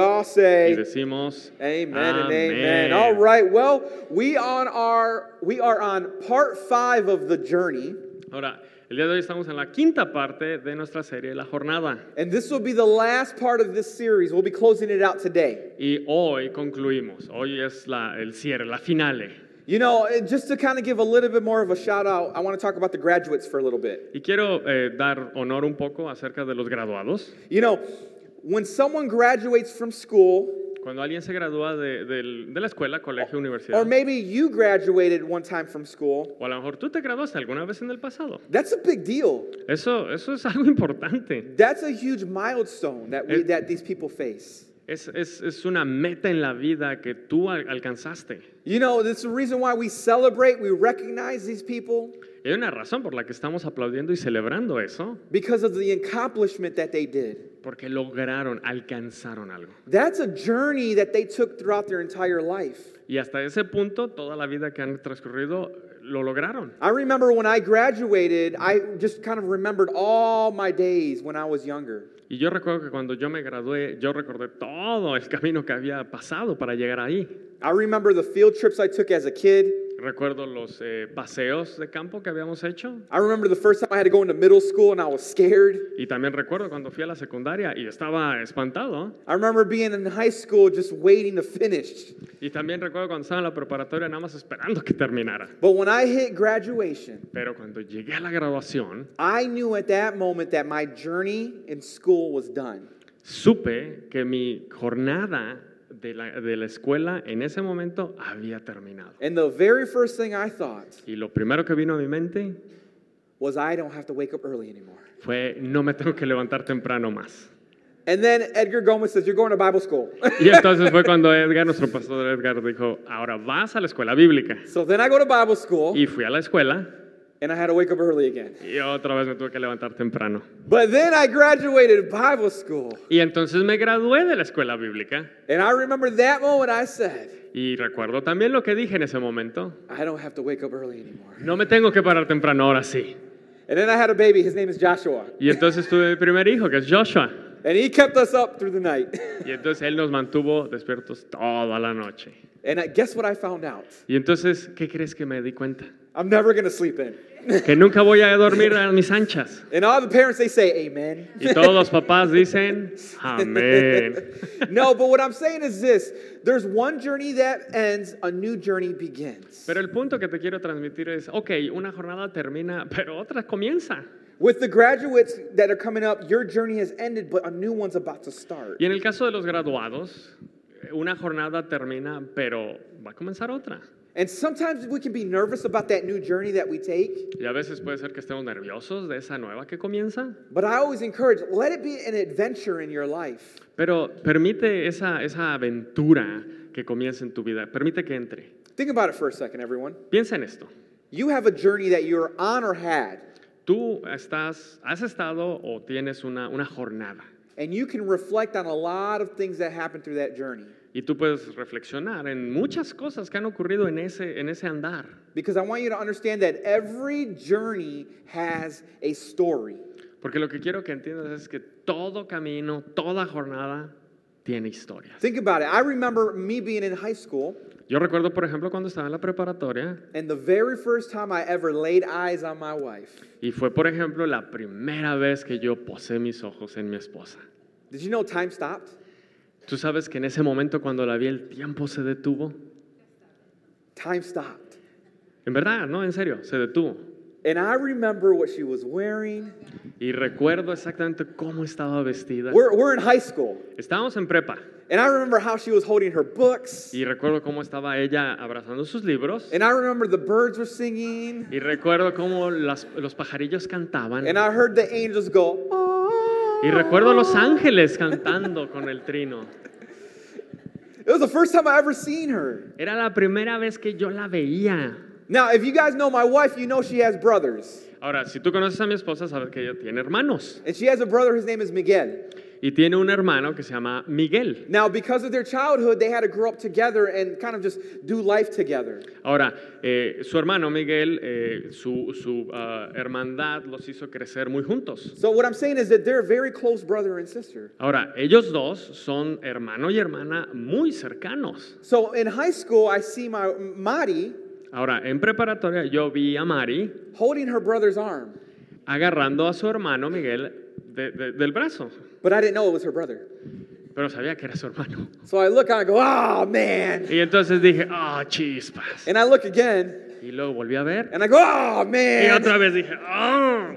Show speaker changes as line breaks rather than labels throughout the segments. all say
Y decimos,
Amen and
Amén.
amen. All right. Well, we on our we are on part 5 of the journey,
Ahora, el día de hoy estamos en la quinta parte de nuestra serie La Jornada
and this will be the last part of this series. We'll be closing it out today.
y hoy concluimos. Hoy es la- el cierre, la finale.
You know, eh, just to kind of give a little bit more of a shout out, I want to talk about the graduates for a little bit.
Y quiero eh, dar honor un poco acerca de los graduados.
You know, when someone graduates from school,
Cuando alguien se gradúa de, del- de la escuela, colegio, universidad,
or maybe you graduated one time from school,
o a lo mejor tú te graduaste alguna vez en el pasado.
that's a big deal.
Eso, eso es algo importante.
That's a huge milestone that we,
It-
that these people face.
Es, es- es una meta en la vida que tú al- alcanzaste.
You know, that's the reason why we celebrate, we recognize these people.
Y hay una razón por la que estamos aplaudiendo y celebrando eso,
because of the accomplishment that they did.
porque lograron, alcanzaron algo.
That's a journey that they took throughout their entire life.
Y hasta ese punto, toda la vida que han transcurrido, lo lograron.
I remember when I graduated, I just kind of remembered all my days when I was younger.
Y yo recuerdo que cuando yo me gradué, yo recordé todo el camino que había pasado para llegar ahí.
I remember the field trips I took as a kid.
Recuerdo los eh, paseos de campo que habíamos hecho.
I remember the first time I had to go into middle school and I was scared.
Y también recuerdo cuando fui a la secundaria y estaba espantado.
I remember being in high school just waiting to finish.
Y también recuerdo cuando estaba en la preparatoria nada más esperando que terminara.
But when I hit graduation,
Pero cuando llegué a la graduación,
I knew at that moment that my journey in school was done.
supe que mi jornada de la, de la escuela en ese momento había terminado.
And the very first thing I thought
Y lo primero que vino a mi mente
was I don't have to wake up early anymore.
fue, no me tengo que levantar temprano más.
And then Edgar Gomez says, You're going to Bible school.
Y entonces fue cuando Edgar, nuestro pastor Edgar, dijo, ahora vas a la escuela bíblica.
so then I go to Bible school
Y fui a la escuela
and I had to wake up early again.
y otra vez me tuve que levantar temprano.
But then I graduated Bible school.
Y entonces me gradué de la escuela bíblica.
And I remember that moment I said,
Y recuerdo también lo que dije en ese momento.
I don't have to wake up early anymore.
No me tengo que parar temprano, ahora sí.
And then I had a baby. His name is Joshua.
Y entonces tuve mi primer hijo, que es Joshua.
And he kept us up through the night.
Y entonces él nos mantuvo despiertos toda la noche.
and I, guess what I found out?
Y entonces, ¿qué crees que me di cuenta?
I'm never going to sleep in.
Que nunca voy a dormir a mis anchas.
And all the parents, they say, Amen.
Y todos los papás dicen, amén.
no, but what I'm saying is this there's one journey that ends, a new journey begins.
Pero el punto que te quiero transmitir es, ok, una jornada termina, pero otra comienza.
With the graduates that are coming up, your journey has ended, but a new one's about to start.
Y en el caso de los graduados, una jornada termina, pero va a comenzar otra.
And sometimes we can be nervous about that new journey that we take,
Y a veces puede ser que estemos nerviosos de esa nueva que comienza,
but I always encourage let it be an adventure in your life.
pero permite esa, esa aventura que comience en tu vida, permite que entre.
Think about it for a second, everyone.
Piensa en esto.
You have a journey that you're on or had,
Tú estás, has estado o tienes una, una jornada
and you can reflect on a lot of things that happened through that journey.
y tú puedes reflexionar en muchas cosas que han ocurrido en ese, en ese andar.
Because I want you to understand that every journey has a story.
Porque lo que quiero que entiendas es que todo camino, toda jornada tiene historias.
Think about it. I remember me being in high school,
Yo recuerdo, por ejemplo, cuando estaba en la preparatoria
and the very first time I ever laid eyes on my wife.
y fue, por ejemplo, la primera vez que yo posé mis ojos en mi esposa.
Did you know time stopped?
Tú sabes que en ese momento cuando la vi el tiempo se detuvo.
Time stopped.
En verdad, no, en serio, se detuvo.
And I remember what she was wearing.
Y recuerdo exactamente cómo estaba vestida.
We're, we're in high school.
Estábamos en prepa
And I remember how she was holding her books.
y recuerdo cómo estaba ella abrazando sus libros
And I remember the birds were singing.
y recuerdo cómo las- los pajarillos cantaban
And I heard the angels go, oh.
y recuerdo los ángeles cantando con el trino.
It was the first time I ever seen her.
Era la primera vez que yo la veía.
Now, if you guys know my wife, you know she has brothers.
Ahora, si tú conoces a mi esposa, sabes que ella tiene hermanos
And she has a brother, his name is Miguel.
y tiene un hermano que se llama Miguel.
Now, because of their childhood, they had to grow up together and kind of just do life together.
Ahora, eh, su hermano Miguel, eh, su, su, ah, hermandad los hizo crecer muy juntos.
So, what I'm saying is that they're very close brother and sister.
Ahora, ellos dos son hermano y hermana muy cercanos.
So, in high school, I see my Mari
Ahora, en preparatoria yo vi a Mari
holding her brother's arm,
agarrando a su hermano Miguel de- de- del brazo,
but I didn't know it was her brother.
pero sabía que era su hermano.
So I look and I go, oh man.
Y entonces dije, ah, chispas.
And I look again
Y luego volví a ver.
and I go, oh
Y otra
man.
vez dije, ah.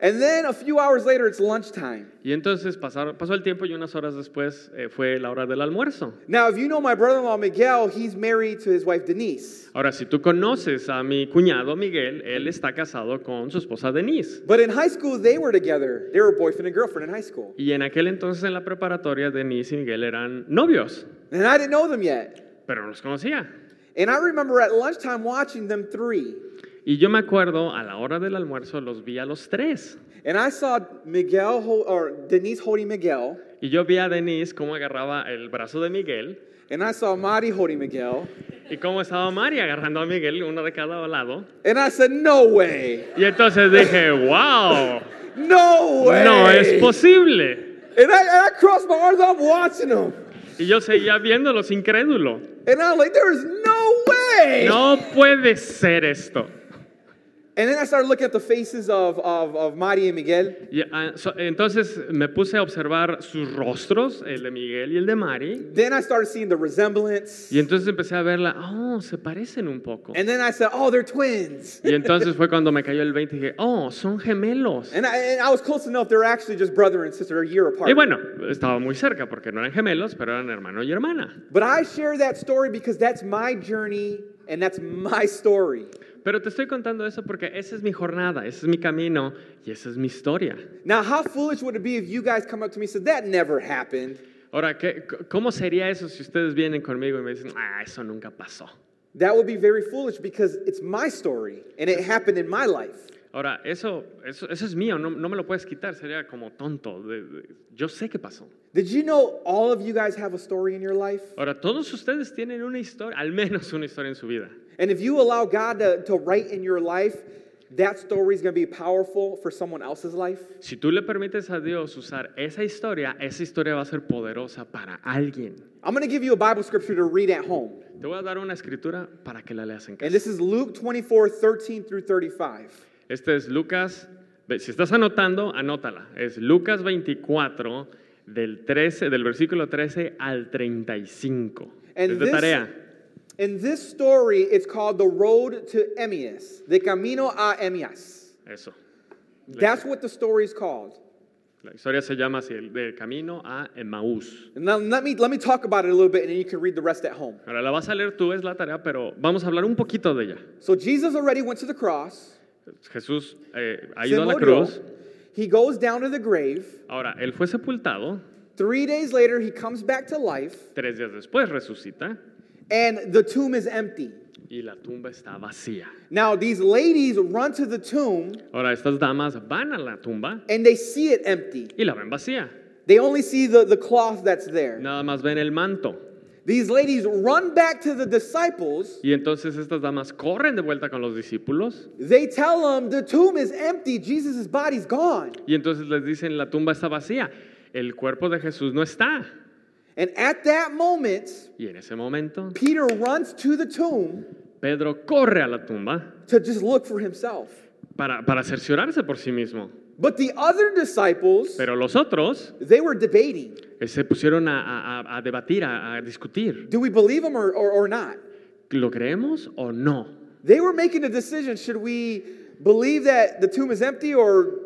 And then a few hours later, it's lunchtime.
Y entonces pasaron, pasó el tiempo y unas horas después eh, fue la hora del almuerzo.
Now, if you know my brother in law, Miguel, he's married to his wife, Denise.
Ahora, si tú conoces a mi cuñado Miguel, él está casado con su esposa Denise.
But in high school, they were together. They were boyfriend and girlfriend in high school.
Y en aquel entonces en la preparatoria, Denise y Miguel eran novios,
And I didn't know them yet.
pero no los conocía.
And I remember at lunchtime watching them three.
Y yo me acuerdo, a la hora del almuerzo los vi a los tres.
And I saw Miguel hol- or Denise holding Miguel,
Y yo vi a Denise cómo agarraba el brazo de Miguel
and I saw Mari holding Miguel,
y cómo estaba Mari agarrando a Miguel, uno de cada lado.
and I said, "No way,
Y entonces dije, wow,
no way,
no es posible.
And I, and I crossed my arms. I'm watching them,
Y yo seguía viéndolos incrédulo.
and I'm like, "There is no way."
No puede ser esto.
And then I started looking at the faces of of, of Mari and Miguel,
Y, ah, so- entonces me puse a observar sus rostros, el de Miguel y el de Mari.
Then I started seeing the resemblance.
Y entonces empecé a verla, oh, se parecen un poco.
And then I said, oh, they're twins.
Y entonces fue cuando me cayó el 20 y dije, oh, son gemelos.
And I, and I was close enough, they're actually just brother and sister, a year apart.
Y bueno, estaba muy cerca porque no eran gemelos, pero eran hermano y hermana.
But I share that story because that's my journey and that's my story.
Pero te estoy contando eso porque esa es mi jornada, ese es mi camino y esa es mi historia.
Now, how foolish would it be if you guys come up to me and said, that never happened?
Ahora, ¿qué- c- ¿cómo sería eso si ustedes vienen conmigo y me dicen, ah, eso nunca pasó?
That would be very foolish because it's my story and it happened in my life.
Ahora, eso, eso, eso es mío, no, no me lo puedes quitar, sería como tonto. de- de- yo sé que pasó.
Did you know all of you guys have a story in your life?
Ahora, todos ustedes tienen una historia, al menos una historia en su vida.
And if you allow God to, to write in your life, that story is going to be powerful for someone else's life.
Si tú le permites a Dios usar esa historia, esa historia va a ser poderosa para alguien.
I'm going to give you a Bible scripture to read at home.
Te voy a dar una escritura para que la leas en
And
casa.
this is Luke 24, 13 through 35.
Este es Lucas, ve- si estás anotando, anótala. Es Lucas 24 del 13 del versículo 13 al 35.
And
es de
this-
tarea.
In this story, it's called the road to Emmaus, the camino a Emmaus.
Eso.
That's what the story is called.
La historia se llama así, el del camino a Emmaús.
And now let me, let me talk about it a little bit and then you can read the rest at home.
Ahora la vas a leer tú, es la tarea, pero vamos a hablar un poquito de ella.
So Jesus already went to the cross.
Jesús eh, ha
se
ido a la
murió.
cruz.
He goes down to the grave.
Ahora, él fue sepultado,
Three days later, he comes back to life
tres días después resucita
and the tomb is empty.
y la tumba está vacía.
Now, these ladies run to the tomb
Ahora, estas damas van a la tumba
and they see it empty.
y la ven vacía.
They only see the, the cloth that's there.
Nada más ven el manto.
These ladies run back to the disciples.
Y entonces estas damas corren de vuelta con los discípulos
They tell them the tomb is empty. Jesus' body's gone.
y entonces les dicen, la tumba está vacía, el cuerpo de Jesús no está.
And at that moment,
Y en ese momento,
Peter runs to the tomb
Pedro corre a la tumba
to just look for himself.
para, para cerciorarse por sí mismo.
But the other disciples,
Pero los otros
they were debating
eh, se pusieron a, a- a- a debatir, a, a discutir.
do we believe him or, or, or not?
¿Lo creemos o no?
They were making a decision should we believe that the tomb is empty or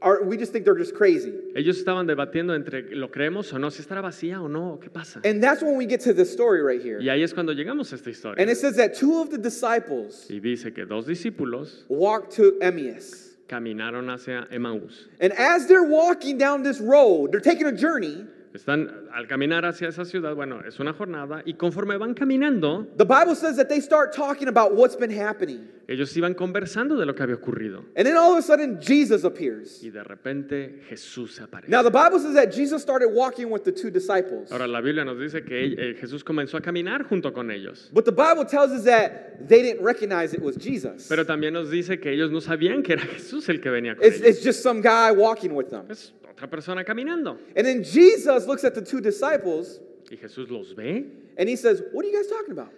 are, we just think they're just crazy?
Ellos estaban debatiendo entre lo creemos o no, si estará vacía o no, qué pasa.
And that's when we get to this story right here.
Y ahí es cuando llegamos a esta historia.
And it says that two of the disciples
Y dice que dos discípulos
walked to Emmaus.
caminaron hacia Emaús.
And as they're walking down this road, they're taking a journey.
Están al caminar hacia esa ciudad, bueno, es una jornada, y conforme van caminando,
The Bible says that they start talking about what's been happening.
ellos iban conversando de lo que había ocurrido.
And then all of a sudden, Jesus appears.
Y de repente Jesús aparece.
Now, the Bible says that Jesus started walking with the two disciples.
Ahora la Biblia nos dice que eh, Jesús comenzó a caminar junto con ellos,
But the Bible tells us that they didn't recognize it was Jesus.
pero también nos dice que ellos no sabían que era Jesús el que venía con
It's,
ellos.
it's just some guy walking with them.
Es otra persona caminando.
And then Jesus looks at the two disciples
Y Jesús los ve
and he says, What are you guys talking about?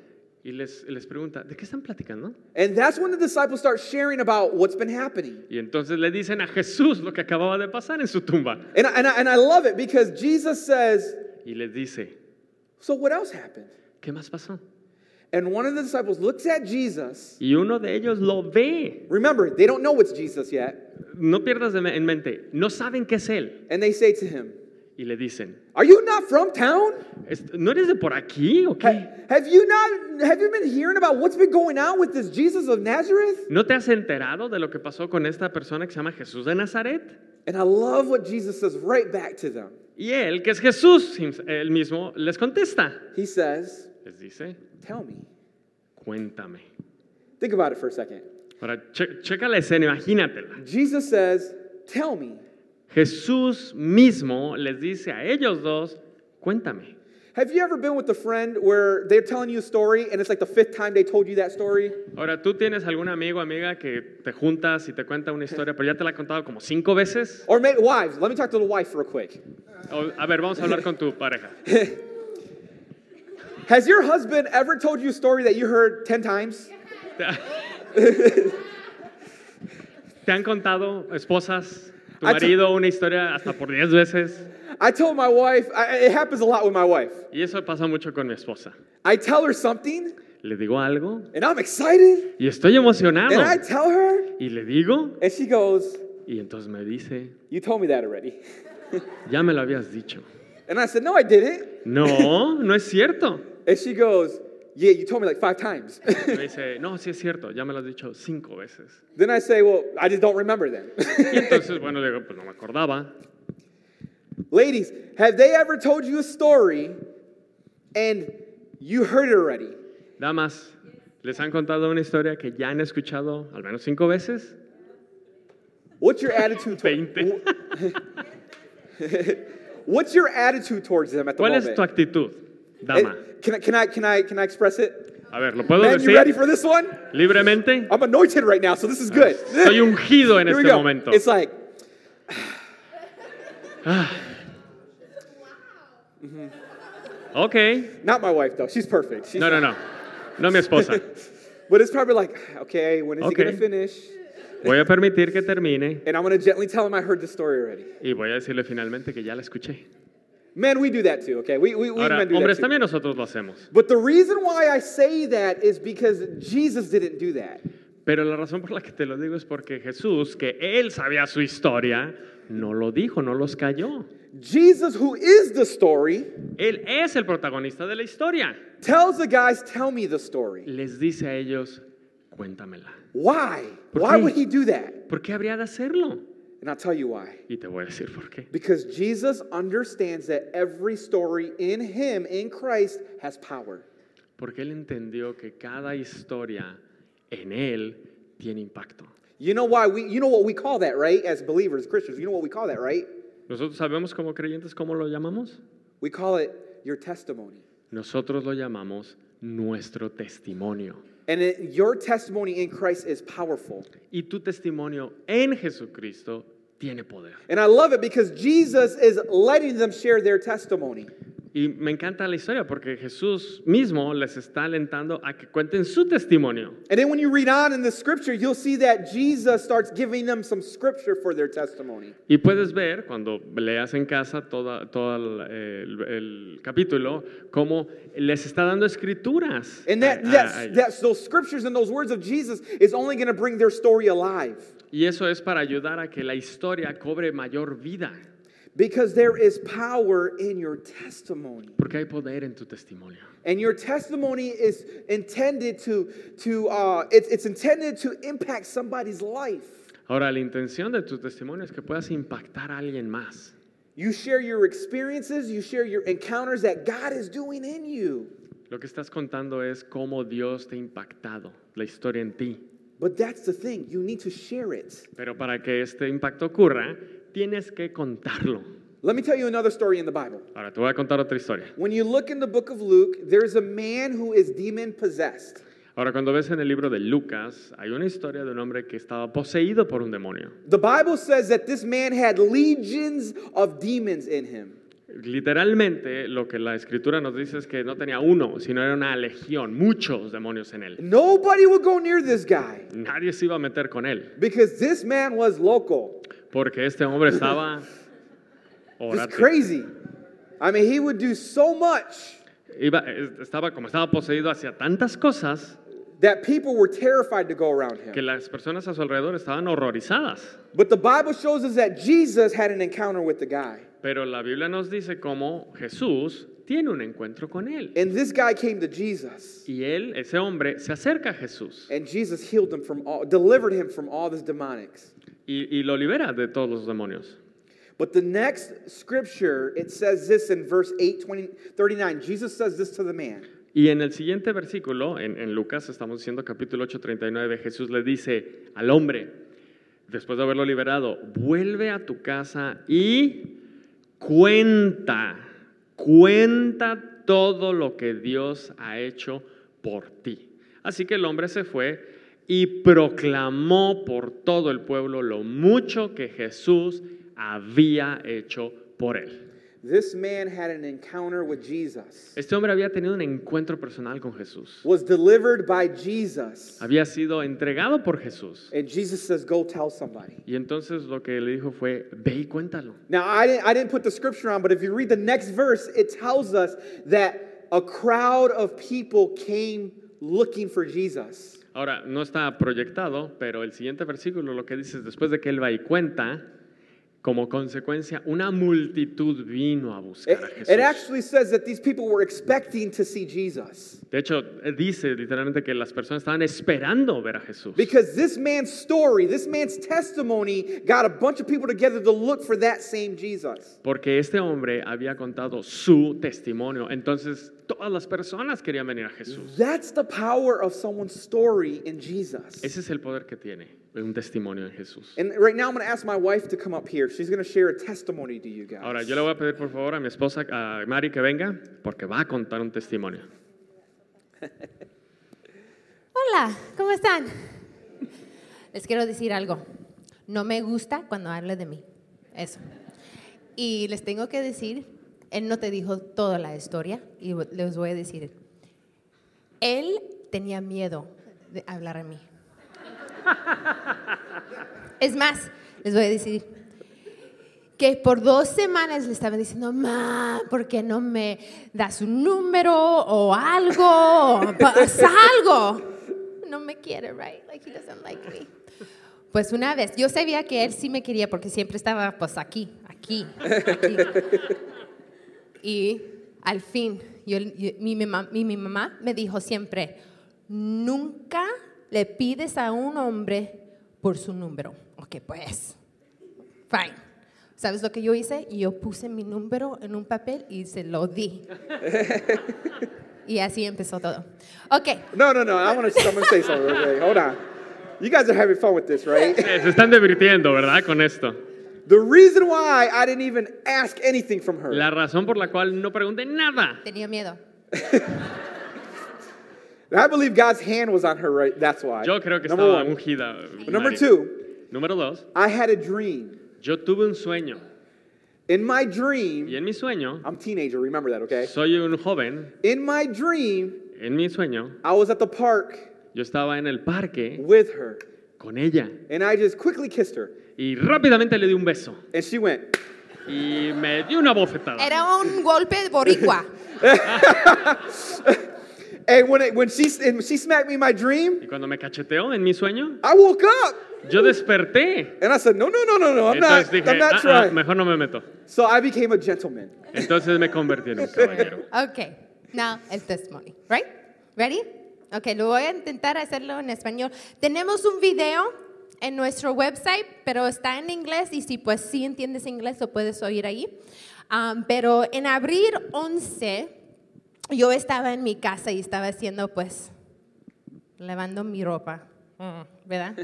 y les, les pregunta, ¿de qué están platicando?
And that's when the disciples start sharing about what's been happening.
Y entonces le dicen a Jesús lo que acababa de pasar en su tumba.
And I, and I, and I love it because Jesus says,
Y les dice,
So what else happened?
¿qué más pasó?
And one of the disciples looks at Jesus.
Y uno de ellos lo ve.
Remember, they don't know it's Jesus yet.
No pierdas de me- en mente, no saben qué es él.
And they say to him,
Y le dicen,
Are you not from town?
"Est- ¿no eres de por aquí o
Ha-
qué?
Have you not have you been hearing about what's been going on with this Jesus of Nazareth?
¿No te has enterado de lo que pasó con esta persona que se llama Jesús de Nazaret?
And I love what Jesus says right back to them.
Y él, que es Jesús, hims- él mismo, les contesta.
He says,
Les dice,
Tell me.
cuéntame.
Think about it for a second.
Ahora, che- checa la escena, imagínatela.
Jesus says, Tell me,
Jesús mismo les dice a ellos dos, cuéntame.
have you ever been with a friend where they're telling you a story and it's like the fifth time they told you that story?
Ahora, ¿tú tienes algún amigo o amiga que te juntas y te cuenta una historia, pero ya te la ha contado como cinco veces?
Or may, wives, let me talk to the wife real quick.
O- a ver, vamos a hablar con tu pareja.
Has your husband ever told you a story that you heard 10 times?
¿Te, ha- ¿Te han contado esposas, tu
Ah, ch-
marido, una historia hasta por diez veces?
I told my wife, I, it happens a lot with my wife.
Y eso pasa mucho con mi esposa.
I tell her something
Le digo algo
and I'm excited
y estoy emocionado.
and I tell her
Y le digo
and she goes,
y entonces me dice,
You told me that already.
ya me lo habías dicho.
And I said, No, I didn't.
No, no es cierto.
And she goes, Yeah, you told me like five times.
Me dice, no, sí es cierto, ya me lo has dicho cinco veces.
then I say, Well, I just don't remember
Y
then.
entonces, bueno, le digo, pues no me acordaba.
Ladies, have they ever told you a story and you heard it already?
Damas, ¿les han contado una historia que ya han escuchado al menos cinco veces?
What's your attitude toward
Veinte.
What's your attitude towards them at the
¿Cuál
moment?
es tu actitud,
And
dama?
can, I- can, I, can, I, can I express it?
A ver, ¿lo puedo
Man, you ready
decir
for this one?
libremente?
I'm anointed right now, so this is good.
Soy ungido en
Here we
este
go.
momento.
It's like,
Ok.
not my wife though. She's perfect. She's
No, no, no. No mi esposa.
But it's probably like, okay, when is he
Okay.
gonna finish?
Voy a permitir que termine
And I'm gonna gently tell him I heard the story already.
y voy a decirle finalmente que ya la escuché.
Men, we do that too, okay? We, we, we
Ahora,
men do
hombres,
that too.
también nosotros lo hacemos.
But the reason why I say that is because Jesus didn't do that.
Pero la razón por la que te lo digo es porque Jesús, que él sabía su historia, no lo dijo, no los cayó.
Jesus, who is the story,
Él es el protagonista de la historia.
tells the guys, tell me the story.
Les dice a ellos, cuéntamela.
Why?
¿Por
Why
qué?
would he do that?
¿Por qué habría de hacerlo?
And I'll tell you why.
Y te voy a decir por qué.
Because Jesus understands that every story in him, in Christ, has power.
Porque él entendió que cada historia en él tiene impacto.
You know why we you know what we call that, right? As believers, Christians, you know what we call that, right?
Nosotros sabemos como creyentes cómo lo llamamos.
We call it your testimony.
Nosotros lo llamamos nuestro testimonio.
And it, your testimony in Christ is powerful.
Y tu testimonio en Jesucristo tiene poder.
And I love it because Jesus is letting them share their testimony.
Y me encanta la historia porque Jesús mismo les está alentando a que cuenten su testimonio.
And then when you read on in the scripture, you'll see that Jesus starts giving them some scripture for their testimony.
Y puedes ver, cuando leas en casa todo el, el capítulo, cómo les está dando escrituras.
And
a-
that,
a-
that's,
a ellos.
that's those scriptures and those words of Jesus is only going to bring their story alive
y eso es para ayudar a que la historia cobre mayor vida,
because there is power in your testimony.
porque hay poder en tu testimonio.
And your testimony is intended to, to uh, it's, it's intended to impact somebody's life.
Ahora, la intención de tu testimonio es que puedas impactar a alguien más.
You share your experiences, you share your encounters that God is doing in you.
Lo que estás contando es cómo Dios te ha impactado, la historia en ti.
But that's the thing, you need to share it.
Pero para que este impacto ocurra, tienes que contarlo.
Let me tell you another story in the Bible.
Ahora te voy a contar otra historia.
When you look in the book of Luke, there's a man who is demon possessed.
Ahora cuando ves en el libro de Lucas, hay una historia de un hombre que estaba poseído por un demonio.
The Bible says that this man had legions of demons in him.
Literalmente lo que la escritura nos dice es que no tenía uno, sino era una legión, muchos demonios en él.
Nobody would go near this guy
Nadie se iba a meter con él,
because this man was local.
porque este hombre estaba...
It's
orate.
crazy. I mean, he would do so much
Iba- es- estaba como estaba poseído hacia tantas cosas
that people were terrified to go around
que
him.
las personas a su alrededor estaban horrorizadas.
But the Bible shows us that Jesus had an encounter with the guy.
Pero la Biblia nos dice cómo Jesús tiene un encuentro con él.
And this guy came to Jesus.
Y él, ese hombre, se acerca a Jesús
And Jesus healed him from all, delivered him from all this demonics.
y, y lo libera de todos los demonios.
But the next scripture, it says this in verse 8, 20, 39. Jesus says this to the man.
Y en el siguiente versículo, en, en Lucas, estamos diciendo capítulo 8, 39, Jesús le dice al hombre, después de haberlo liberado, vuelve a tu casa y cuenta, cuenta todo lo que Dios ha hecho por ti. Así que el hombre se fue y proclamó por todo el pueblo lo mucho que Jesús había hecho por él.
This man had an encounter with Jesus,
Este hombre había tenido un encuentro personal con Jesús.
was delivered by Jesus.
había sido entregado por Jesús.
And Jesus says, Go tell somebody.
Y entonces lo que le dijo fue, ve y cuéntalo.
Now, I didn't, I didn't put the scripture on, but if you read the next verse, it tells us that a crowd of people came looking for Jesus.
Ahora, no está proyectado, pero el siguiente versículo lo que dice es, después de que él va y cuenta, como consecuencia, una multitud vino a
It,
buscar a
it
Jesús.
actually says that these people were expecting to see Jesus
De hecho, eh, dice literalmente que las personas estaban esperando ver a Jesús.
because this man's story, this man's testimony, got a bunch of people together to look for that same Jesus.
Porque este hombre había contado su testimonio. Entonces, todas las personas querían venir a Jesús.
That's the power of someone's story in Jesus.
Ese es el poder que tiene un testimonio en Jesús.
And right now, I'm going to ask my wife to come up here. She's going to share a testimony to you guys.
Ahora, yo le voy a pedir por favor a mi esposa, a Mari, que venga, porque va a contar un testimonio.
Hola, ¿cómo están? Les quiero decir algo. No me gusta cuando hable de mí. Eso. Y les tengo que decir, él no te dijo toda la historia y les voy a decir. Él tenía miedo de hablar a mí. Es más, les voy a decir que por dos semanas le estaban diciendo, ma, ¿por qué no me das un número o algo? O pasa algo. No me quiere, right? Like he doesn't like me. Pues una vez, yo sabía que él sí me quería porque siempre estaba pues aquí, aquí, aquí. Y al fin, yo- yo- mi, mamá, mi- mi mamá me dijo siempre, nunca le pides a un hombre por su número. Ok, pues. Fine. ¿Sabes lo que yo hice? Yo puse mi número en un papel y se lo di. y así empezó todo. Ok,
No, no, no. I want to. I'm gonna say something. real quick. Hold on. You guys are having fun with this, right?
Eh, Se están divirtiendo, ¿verdad? Con esto.
The reason why I didn't even ask anything from her
La razón por la cual no pregunté nada.
tenía miedo.
I believe God's hand was on her. Right? That's why.
Yo creo que
Number
estaba
one.
ungida. Mari.
Number two.
Número dos,
I had a dream.
yo tuve un sueño.
In my
Y
dream,
en mi sueño,
I'm a teenager. Remember that, okay?
soy un joven.
In my dream,
En mi sueño,
I was at the park
yo estaba en el parque
with her,
con ella
and I just quickly kissed her,
y rápidamente le di un beso
and she went.
y me dio una bofetada.
Era un golpe de boricua.
And when it, when she and she smacked me in my dream,
Y cuando me cacheteó en mi sueño,
I woke up
yo desperté.
and I said, No, no, no, no, no. I'm
Entonces
not.
dije,
I'm not
"Ah, ah,
trying.
mejor no me meto.
So I became a gentleman.
Entonces me convertí en un caballero.
Ok, now el testimony, right? Ready? Ok, lo voy a intentar hacerlo en español. Tenemos un video en nuestro website, pero está en inglés y si pues sí entiendes inglés lo puedes oír ahí. Um, pero en abril 11 yo estaba en mi casa y estaba haciendo pues lavando mi ropa. Mm, ¿Verdad?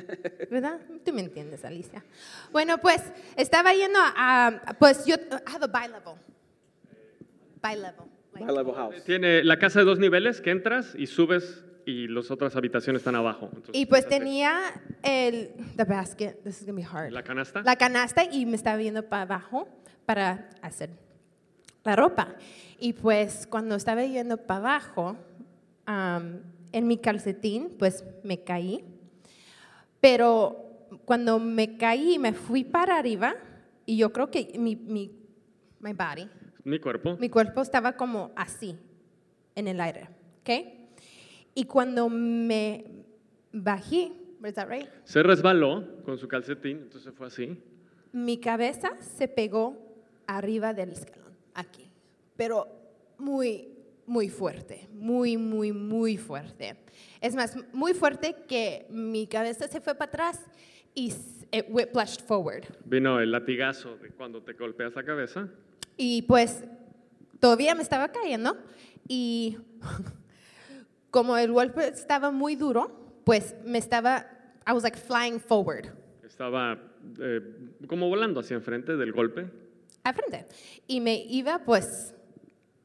¿Verdad? Tú me entiendes, Alicia. Bueno, pues estaba yendo a, a- pues yo have a bi-level. Bi-level. like-
High-level house.
Tiene la casa de dos niveles que entras y subes y las otras habitaciones están abajo. Entonces,
Y pues
estás en
tenía el the basket, this is gonna be hard.
¿La canasta?
La canasta y me estaba viendo para abajo para hacer la ropa. Y pues cuando estaba yendo para abajo, am, en mi calcetín, pues me caí. Pero cuando me caí, me fui para arriba y yo creo que mi, mi my body,
Mi cuerpo.
mi cuerpo estaba como así, en el aire, ¿ok? Y cuando me bajé, is that right?
Se resbaló con su calcetín, entonces fue así.
Mi cabeza se pegó arriba del escalón, aquí, pero muy, muy fuerte, muy, muy, muy fuerte. Es más, muy fuerte que mi cabeza se fue para atrás y s- it whiplashed forward.
Vino el latigazo de cuando te golpeas la cabeza.
Y pues todavía me estaba cayendo y como el golpe estaba muy duro, pues me estaba, I was like flying forward,
Estaba eh, como volando hacia enfrente del golpe.
al frente. Y me iba pues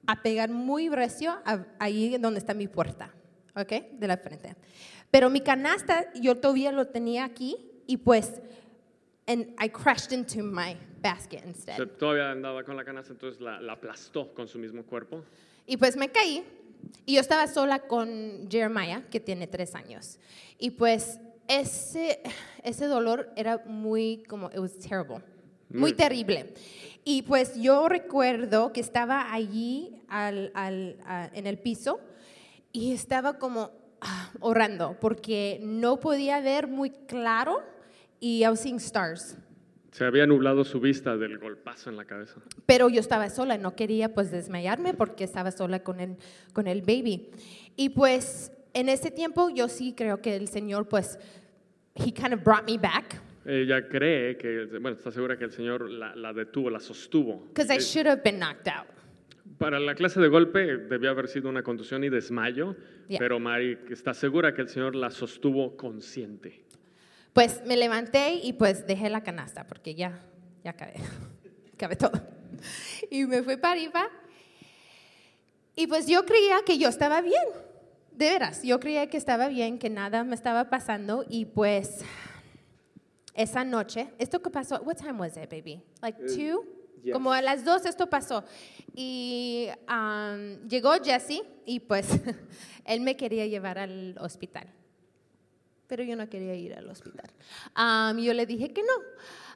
a pegar muy recio a- ahí donde está mi puerta, ¿ok? De la frente. Pero mi canasta yo todavía lo tenía aquí y pues and I crashed into my basket instead.
Se- todavía andaba con la canasta, entonces la, la aplastó con su mismo cuerpo.
Y pues me caí y yo estaba sola con Jeremiah, que tiene tres años. Y pues ese, ese dolor era muy como, it was terrible, muy
Muy-
terrible. Y pues yo recuerdo que estaba allí al- al- a- en el piso y estaba como ah, orando porque no podía ver muy claro y I was seeing stars.
Se había nublado su vista del golpazo en la cabeza.
pero yo estaba sola, no quería pues desmayarme porque estaba sola con el, con el baby. Y pues en ese tiempo yo sí creo que el Señor pues, he kind of brought me back.
Ella cree que, bueno, está segura que el Señor la, la detuvo, la sostuvo.
Because I should have been knocked out.
Para la clase de golpe debió haber sido una contusión y desmayo,
Yeah.
pero Mari está segura que el Señor la sostuvo consciente.
Pues me levanté y pues dejé la canasta porque ya, ya acabé, acabé todo. Y me fui para arriba. Y pues yo creía que yo estaba bien, de veras, yo creía que estaba bien, que nada me estaba pasando y pues esa noche, esto que pasó, what time was it, baby? Like
Eh,
two?
yes.
Como a las dos esto pasó. Y um, llegó Jesse y pues él me quería llevar al hospital pero yo no quería ir al hospital. Am, yo le dije que no,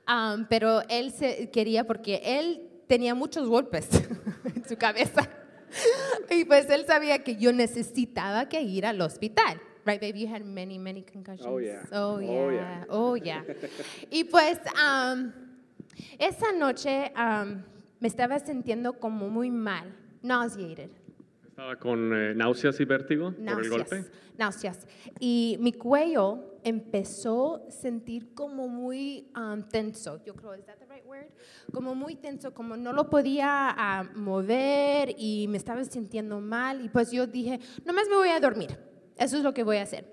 Am, pero él se quería porque él tenía muchos golpes en su cabeza. y pues él sabía que yo necesitaba que ir al hospital. Right, baby, you had many, many concussions.
Oh, yeah.
Oh,
Oh,
yeah.
yeah.
Oh, yeah. y pues am, esa noche am, me estaba sintiendo como muy mal, nauseated.
Estaba con eh, náuseas y vértigo por el golpe.
Náuseas, náuseas. Y mi cuello empezó a sentir como muy um, tenso. Yo creo, ¿es that the right word? Como muy tenso, como no lo podía ah, mover y me estaba sintiendo mal. Y pues yo dije, nomás me voy a dormir. Eso es lo que voy a hacer.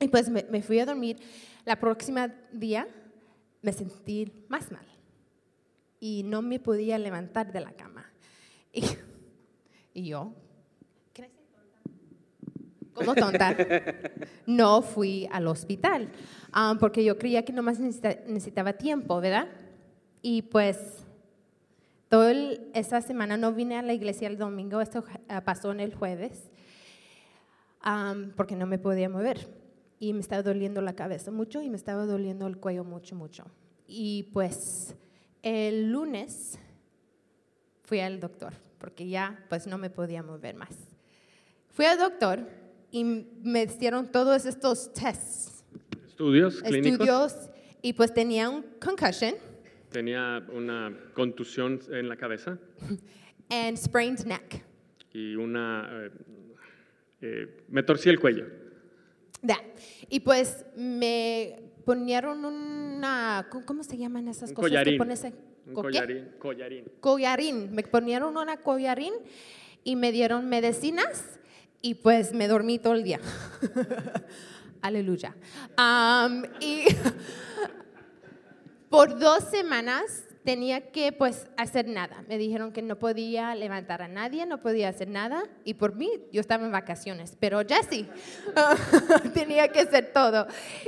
Y pues me, me fui a dormir. La próxima día me sentí más mal y no me podía levantar de la cama. Y, y yo, ¿can I say tonta? ¿Cómo tonta? No fui al hospital ah, porque yo creía que nomás necesita- necesitaba tiempo, ¿verdad? Y pues toda el- esa semana no vine a la iglesia el domingo, esto ah, pasó en el jueves, am, porque no me podía mover. Y me estaba doliendo la cabeza mucho y me estaba doliendo el cuello mucho, mucho. Y pues el lunes fui al doctor, porque ya pues no me podía mover más. Fui al doctor y me hicieron todos estos tests,
Estudios clínicos.
estudios, y pues tenía un concussion
Tenía una contusión en la cabeza
and sprained neck.
y una... eh, eh, me torcí el cuello.
Da. Y pues me ponieron una, ¿cómo- ¿cómo se llaman esas
Un
cosas
collarín.
que pones en-
Un
¿co- qué?
collarín, collarín.
collarín. Me ponieron una collarín y me dieron medicinas y pues me dormí todo el día. Aleluya. Am, y por dos semanas tenía que pues hacer nada. Me dijeron que no podía levantar a nadie, no podía hacer nada y por mí yo estaba en vacaciones, pero ya sí, tenía que hacer todo.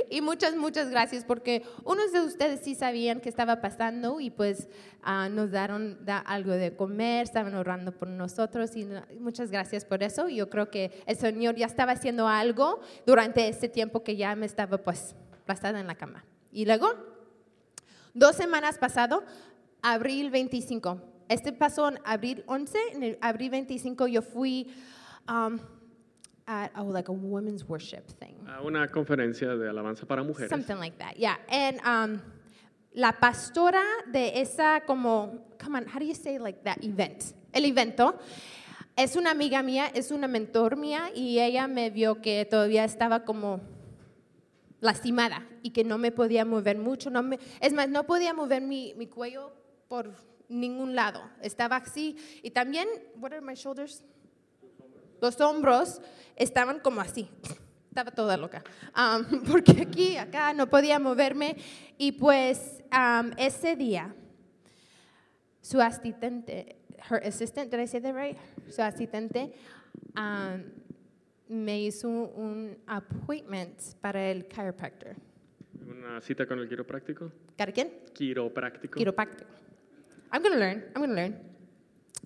Y muchas, muchas gracias porque unos de ustedes sí sabían qué estaba pasando y pues ah, nos daron da- algo de comer, estaban orando por nosotros y la- muchas gracias por eso. Yo creo que el Señor ya estaba haciendo algo durante ese tiempo que ya me estaba pues bastada en la cama. Y luego Dos semanas pasado, abril 25. Este pasó en abril 11, en el abril 25 yo fui um, at oh, like a women's worship thing.
A una conferencia de alabanza para mujeres.
Something like that, yeah. And um, la pastora de esa como, come on, how do you say like that event? El evento es una amiga mía, es una mentor mía y ella me vio que todavía estaba como lastimada y que no me podía mover mucho. No me, es más, no podía mover mi, mi cuello por ningún lado. Estaba así y también, what are my shoulders? los hombros estaban como así. Estaba toda loca. Am, porque aquí, acá, no podía moverme. Y pues am, ese día, su asistente, her assistant, did I say that right? Su asistente am, me hizo un appointment para el chiropractor.
Una cita con el quiropráctico.
¿Para quién?
Quiropráctico.
quiropráctico. I'm gonna learn, I'm gonna learn.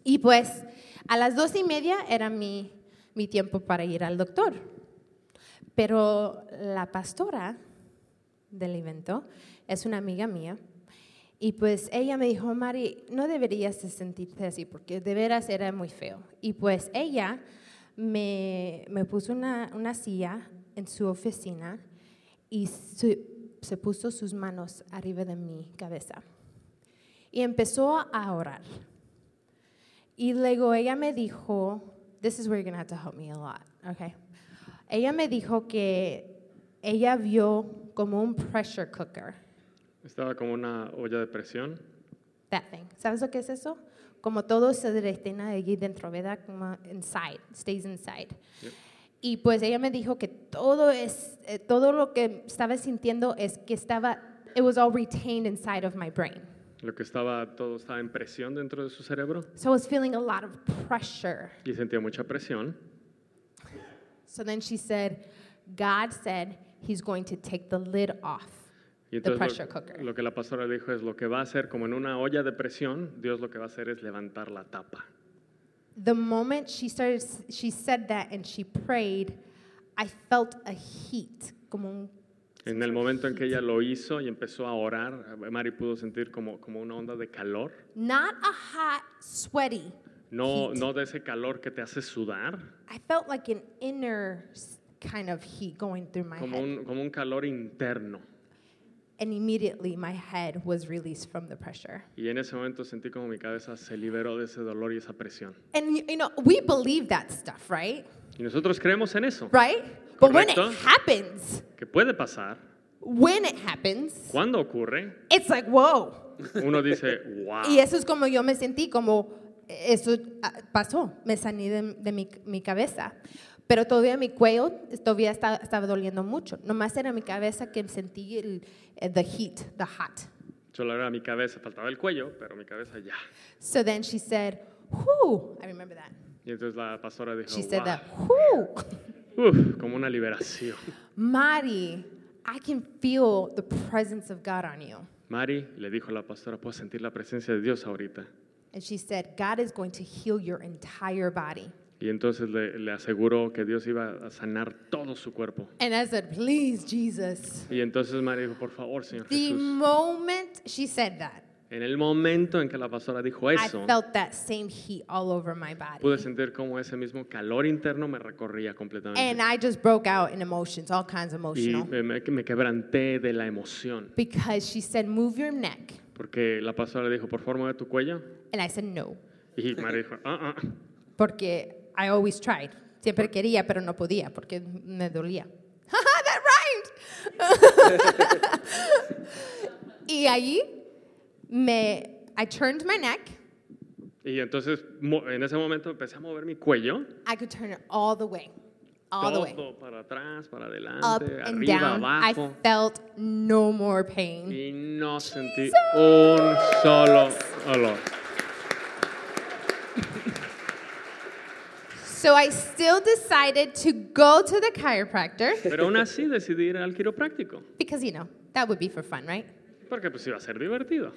Y pues a las dos y media era mi, mi tiempo para ir al doctor. Pero la pastora del evento es una amiga mía y pues ella me dijo, Mari, no deberías de sentirte así porque de veras era muy feo. Y pues ella me, me puso una, una silla en su oficina y su- se puso sus manos arriba de mi cabeza y empezó a orar. Y luego ella me dijo, this is where you're going to have to help me a lot, okay? Ella me dijo que ella vio como un pressure cooker,
Estaba como una olla de presión.
that thing. ¿Sabes lo que es eso? Como todo se destina allí dentro, ¿verdad? Como inside, stays inside.
Yep.
Y pues ella me dijo que todo es eh, todo lo que estaba sintiendo es que estaba it was all retained inside of my brain.
Lo que estaba, todo estaba en presión dentro de su cerebro
So I was feeling a lot of pressure.
y sentía mucha presión.
So then she said, God said he's going to take the lid off.
Y
The
entonces lo-
pressure cooker.
lo que la pastora dijo es lo que va a hacer, como en una olla de presión, Dios lo que va a hacer es levantar la tapa.
The moment she started, she said that and she prayed, I felt a heat. Como un,
En el momento en que ella lo hizo y empezó a orar, Mari pudo sentir como, como una onda de calor.
not a hot, sweaty.
No,
heat.
no de ese calor que te hace sudar,
I felt like an inner s- kind of heat going through my
como
head.
un, como un calor interno.
And immediately my head was released from the pressure.
Y en ese momento sentí como mi cabeza se liberó de ese dolor y esa presión.
And y- you know, we believe that stuff, right?
Y nosotros creemos en eso,
Right? But when it
Correcto.
happens,
que puede pasar,
when it happens,
cuando ocurre,
it's like, whoa.
uno dice, wow.
Y eso es como yo me sentí, como eso ah, pasó, me saní de, de mi, mi cabeza. Pero todavía mi cuello todavía esta- estaba doliendo mucho. Nomás era mi cabeza que sentí el eh, the heat, the hot.
Solo era mi cabeza, faltaba el cuello, pero mi cabeza ya.
So then she said, whoo, I remember that.
Y entonces la pastora dijo,
She said
Oh, "Wow".
that, whoo,
Uf, como una liberación.
Mari, I can feel the presence of God on you.
Mari le dijo a la pastora, puedo sentir la presencia de Dios ahorita.
And she said, God is going to heal your entire body.
Y entonces le, le aseguró que Dios iba a sanar todo su cuerpo.
And I said, please, Jesus.
Y entonces Mari dijo, por favor, Señor
The
Jesús.
moment she said that,
En el momento en que la pastora dijo eso,
I felt that same heat all over my body.
pude sentir como ese mismo calor interno me recorría
And
completamente.
I just broke out in emotions, all kinds of
Y
emotional.
me, me- me quebranté de la emoción.
Because she said, Move your neck.
Porque la pastora le dijo, por favor, mueve tu cuello.
And I said, No.
Y Mari dijo, ah, ah.
Porque I always tried. Siempre quería, pero no podía, porque me dolía. that rhymed! Y ahí me, I turned my neck.
Y entonces mo- en ese momento empecé a mover mi cuello.
I could turn it all the way, all the
todo
way,
para atrás, para adelante,
up and
arriba,
down. I
abajo.
felt no more pain.
Y no sentí un solo olor.
So I still decided to go to the chiropractor
Pero aún así decidí ir al quiropráctico.
because, you know, that would be for fun, right?
Porque pues iba a ser divertido.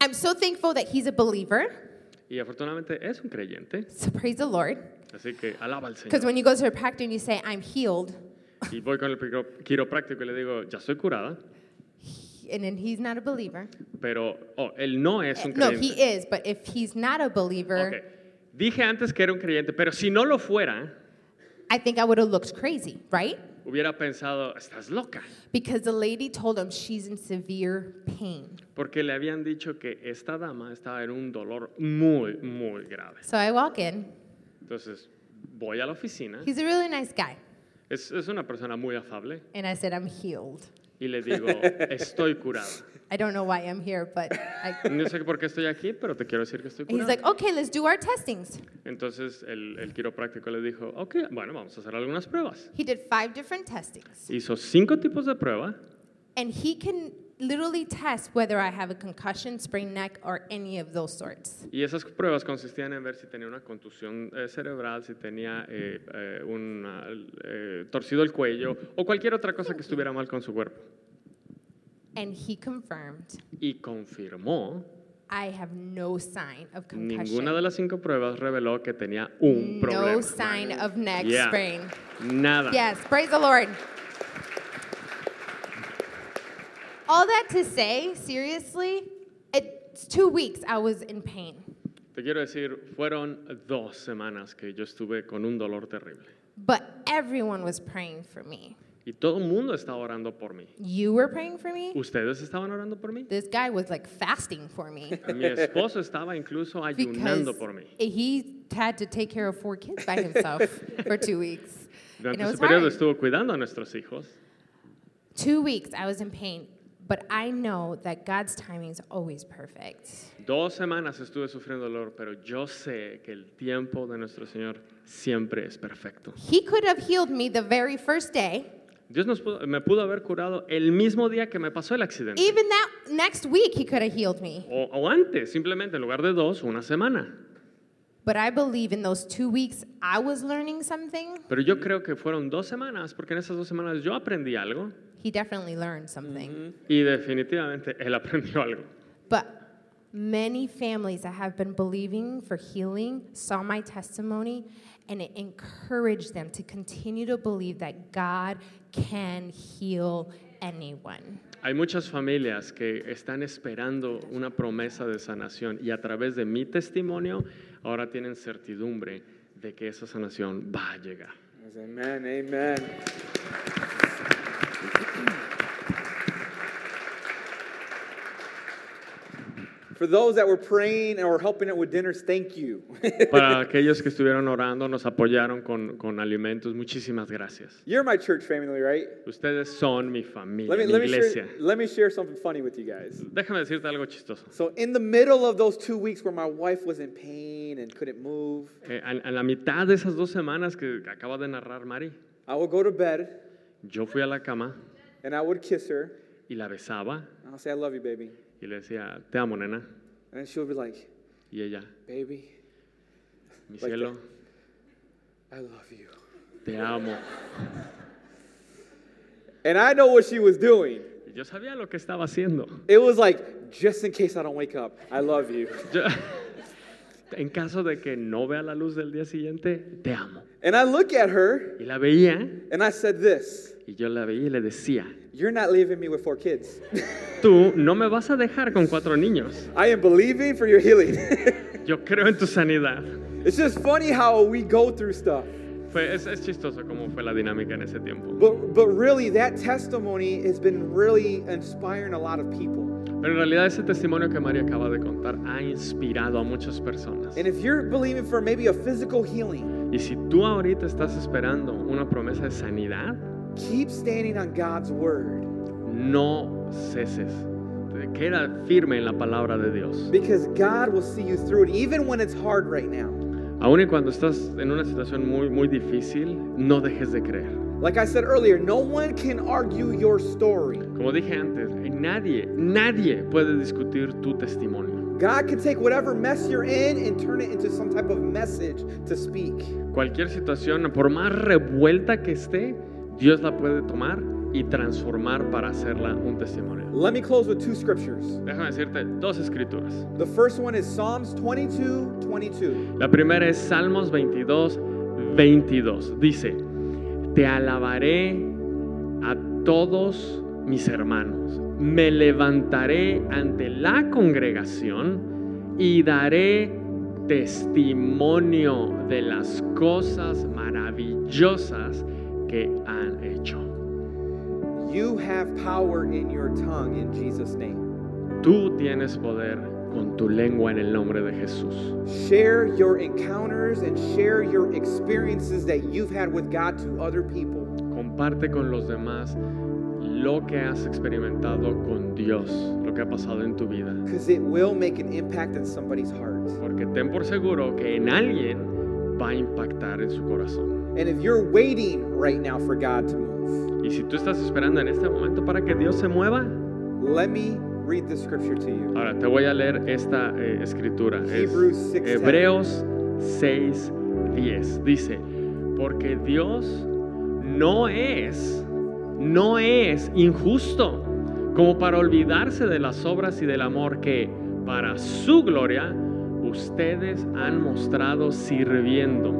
I'm so thankful that he's a believer.
Y afortunadamente es un creyente.
So praise the Lord.
Así que alaba al Señor.
Because when you go to a practice and you say, I'm healed,
Y voy con el piro- quiropráctico y le digo, ya soy curada.
and then he's not a believer. Eh,
Pero, oh, él no es un
No,
creyente.
he is, but if he's not a believer,
Ok. Dije antes que era un creyente, pero si no lo fuera,
I think I would have looked crazy, right?
hubiera pensado, estás loca.
Because the lady told him she's in severe pain.
Porque le habían dicho que esta dama estaba en un dolor muy, muy grave.
So I walk in.
Entonces, voy a la oficina.
He's a really nice guy.
Es, es una persona muy afable.
And I said, I'm healed.
Y le digo, estoy curada.
I don't know why I'm here, but I.
No sé por qué estoy aquí, pero te quiero decir que estoy
He's
curada.
like, okay, let's do our testings.
Entonces, el, el quiropráctico le dijo, ok, bueno, vamos a hacer algunas pruebas.
He did five different testings.
Hizo cinco tipos de prueba
And he can literally test whether I have a concussion, sprained neck, or any of those sorts.
y esas pruebas consistían en ver si tenía una contusión eh, cerebral, si tenía eh, eh, una, eh, torcido el cuello o cualquier otra cosa que estuviera mal con su cuerpo.
And he confirmed
Y confirmó,
I have no sign of concussion.
ninguna de las cinco pruebas reveló que tenía un problema.
No sign of neck
Yeah.
sprain.
Nada.
Yes, praise the Lord. All that to say, seriously, it's two weeks I was in pain.
Te quiero decir, fueron dos semanas que yo estuve con un dolor terrible.
But everyone was praying for me.
Y todo el mundo estaba orando por mí.
You were praying for me?
¿Ustedes estaban orando por mí?
This guy was like fasting for me
Mi esposo estaba incluso
because
ayunando por mí.
he had to take care of four kids by himself for two weeks. And
Durante
it
ese
was
periodo
hard.
estuvo cuidando a nuestros hijos.
Two weeks I was in pain, but I know that God's timing is always perfect.
Dos semanas estuve sufriendo dolor, pero yo sé que el tiempo de nuestro Señor siempre es perfecto.
He could have healed me the very first day,
Dios nos pudo- me pudo haber curado el mismo día que me pasó el accidente.
Even that next week, he could have healed me.
O, o antes, simplemente en lugar de dos, una semana.
But I believe in those two weeks, I was learning something.
Pero yo creo que fueron dos semanas, porque en esas dos semanas yo aprendí algo
He definitely learned something.
y definitivamente él aprendió algo.
But many families that have been believing for healing saw my testimony and it encouraged them to continue to believe that God can heal anyone.
Hay muchas familias que están esperando una promesa de sanación y a través de mi testimonio ahora tienen certidumbre de que esa sanación va a llegar.
Amen, amen. For those that were praying or helping it with dinners, thank you.
Para aquellos que estuvieron orando, nos apoyaron con, con alimentos, muchísimas gracias.
You're my church family, right?
Ustedes son mi familia,
Let me,
mi
let, me
iglesia.
share, let me share something funny with you guys.
Déjame decirte algo chistoso.
So, in the middle of those two weeks where my wife was in pain and couldn't move,
Eh, a, a la mitad de esas dos semanas que acaba de narrar Mari,
I would go to bed
yo fui a la cama
and I would kiss her
y la besaba
and I'll say, I love you, baby.
y le decía, te amo, nena.
And she'll be like,
Y ella,
Baby,
mi
Like
cielo,
I love you.
te amo.
And I know what she was doing.
Y Yo sabía lo que estaba haciendo.
It was like, just in case I don't wake up, I love you.
Yo- en caso de que no vea la luz del día siguiente, te amo.
And I look at her
Y la veía
and I said this
y yo la veía y le decía,
You're not leaving me with four kids.
tú no me vas a dejar con cuatro niños.
I am believing for your healing.
Yo creo en tu sanidad.
it's just funny how we go through stuff.
Fue, es, es chistoso cómo fue la dinámica en ese tiempo.
But, but really, that testimony has been really inspiring a lot of people.
Pero en realidad ese testimonio que María acaba de contar ha inspirado a muchas personas.
And if you're believing for maybe a physical healing,
Y si tú ahorita estás esperando una promesa de sanidad,
Keep standing on God's word
No ceses. Queda firme en la palabra de Dios.
because God will see you through it, even when it's hard right now.
Aun y cuando estás en una situación muy, muy difícil, no dejes de creer.
Like I said earlier, no one can argue your story.
Como dije antes, nadie, nadie puede discutir tu testimonio.
God can take whatever mess you're in and turn it into some type of message to speak.
Cualquier situación, por más revuelta que esté, Dios la puede tomar y transformar para hacerla un testimonio.
Let me close with two scriptures.
Déjame decirte dos escrituras.
The first one is Psalms 22 22.
La primera es Salmos 22, 22. Dice, te alabaré a todos mis hermanos, me levantaré ante la congregación y daré testimonio de las cosas maravillosas que han hecho.
You have power in your tongue in Jesus' name.
Tú tienes poder con tu lengua en el nombre de Jesús.
Share your encounters and share your experiences that you've had with God to other people.
Comparte con los demás lo que has experimentado con Dios, lo que ha pasado en tu vida.
Because it will make an impact in somebody's heart.
Porque ten por seguro que en alguien va a impactar en su corazón.
And if you're waiting right now for God to move,
Y si tú estás esperando en este momento para que Dios se mueva,
let me read the scripture to you.
ahora te voy a leer esta eh, escritura. Es
Hebrews 6:10.
Hebreos 6:10. Dice, porque Dios no es, no es injusto como para olvidarse de las obras y del amor que para su gloria ustedes han mostrado sirviendo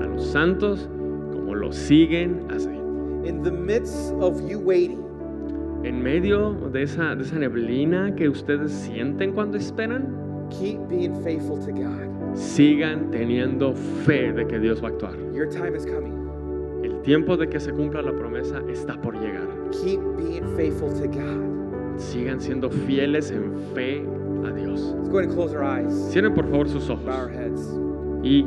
a los santos como lo siguen haciendo.
In the midst of you waiting,
En medio de esa, de esa neblina que ustedes sienten cuando esperan,
keep being faithful to God.
sigan teniendo fe de que Dios va a actuar.
Your time is coming.
El tiempo de que se cumpla la promesa está por llegar.
Keep being faithful to God.
Sigan siendo fieles en fe a Dios.
Let's go ahead and close our eyes,
Cierren por favor sus
bow our
ojos
heads.
y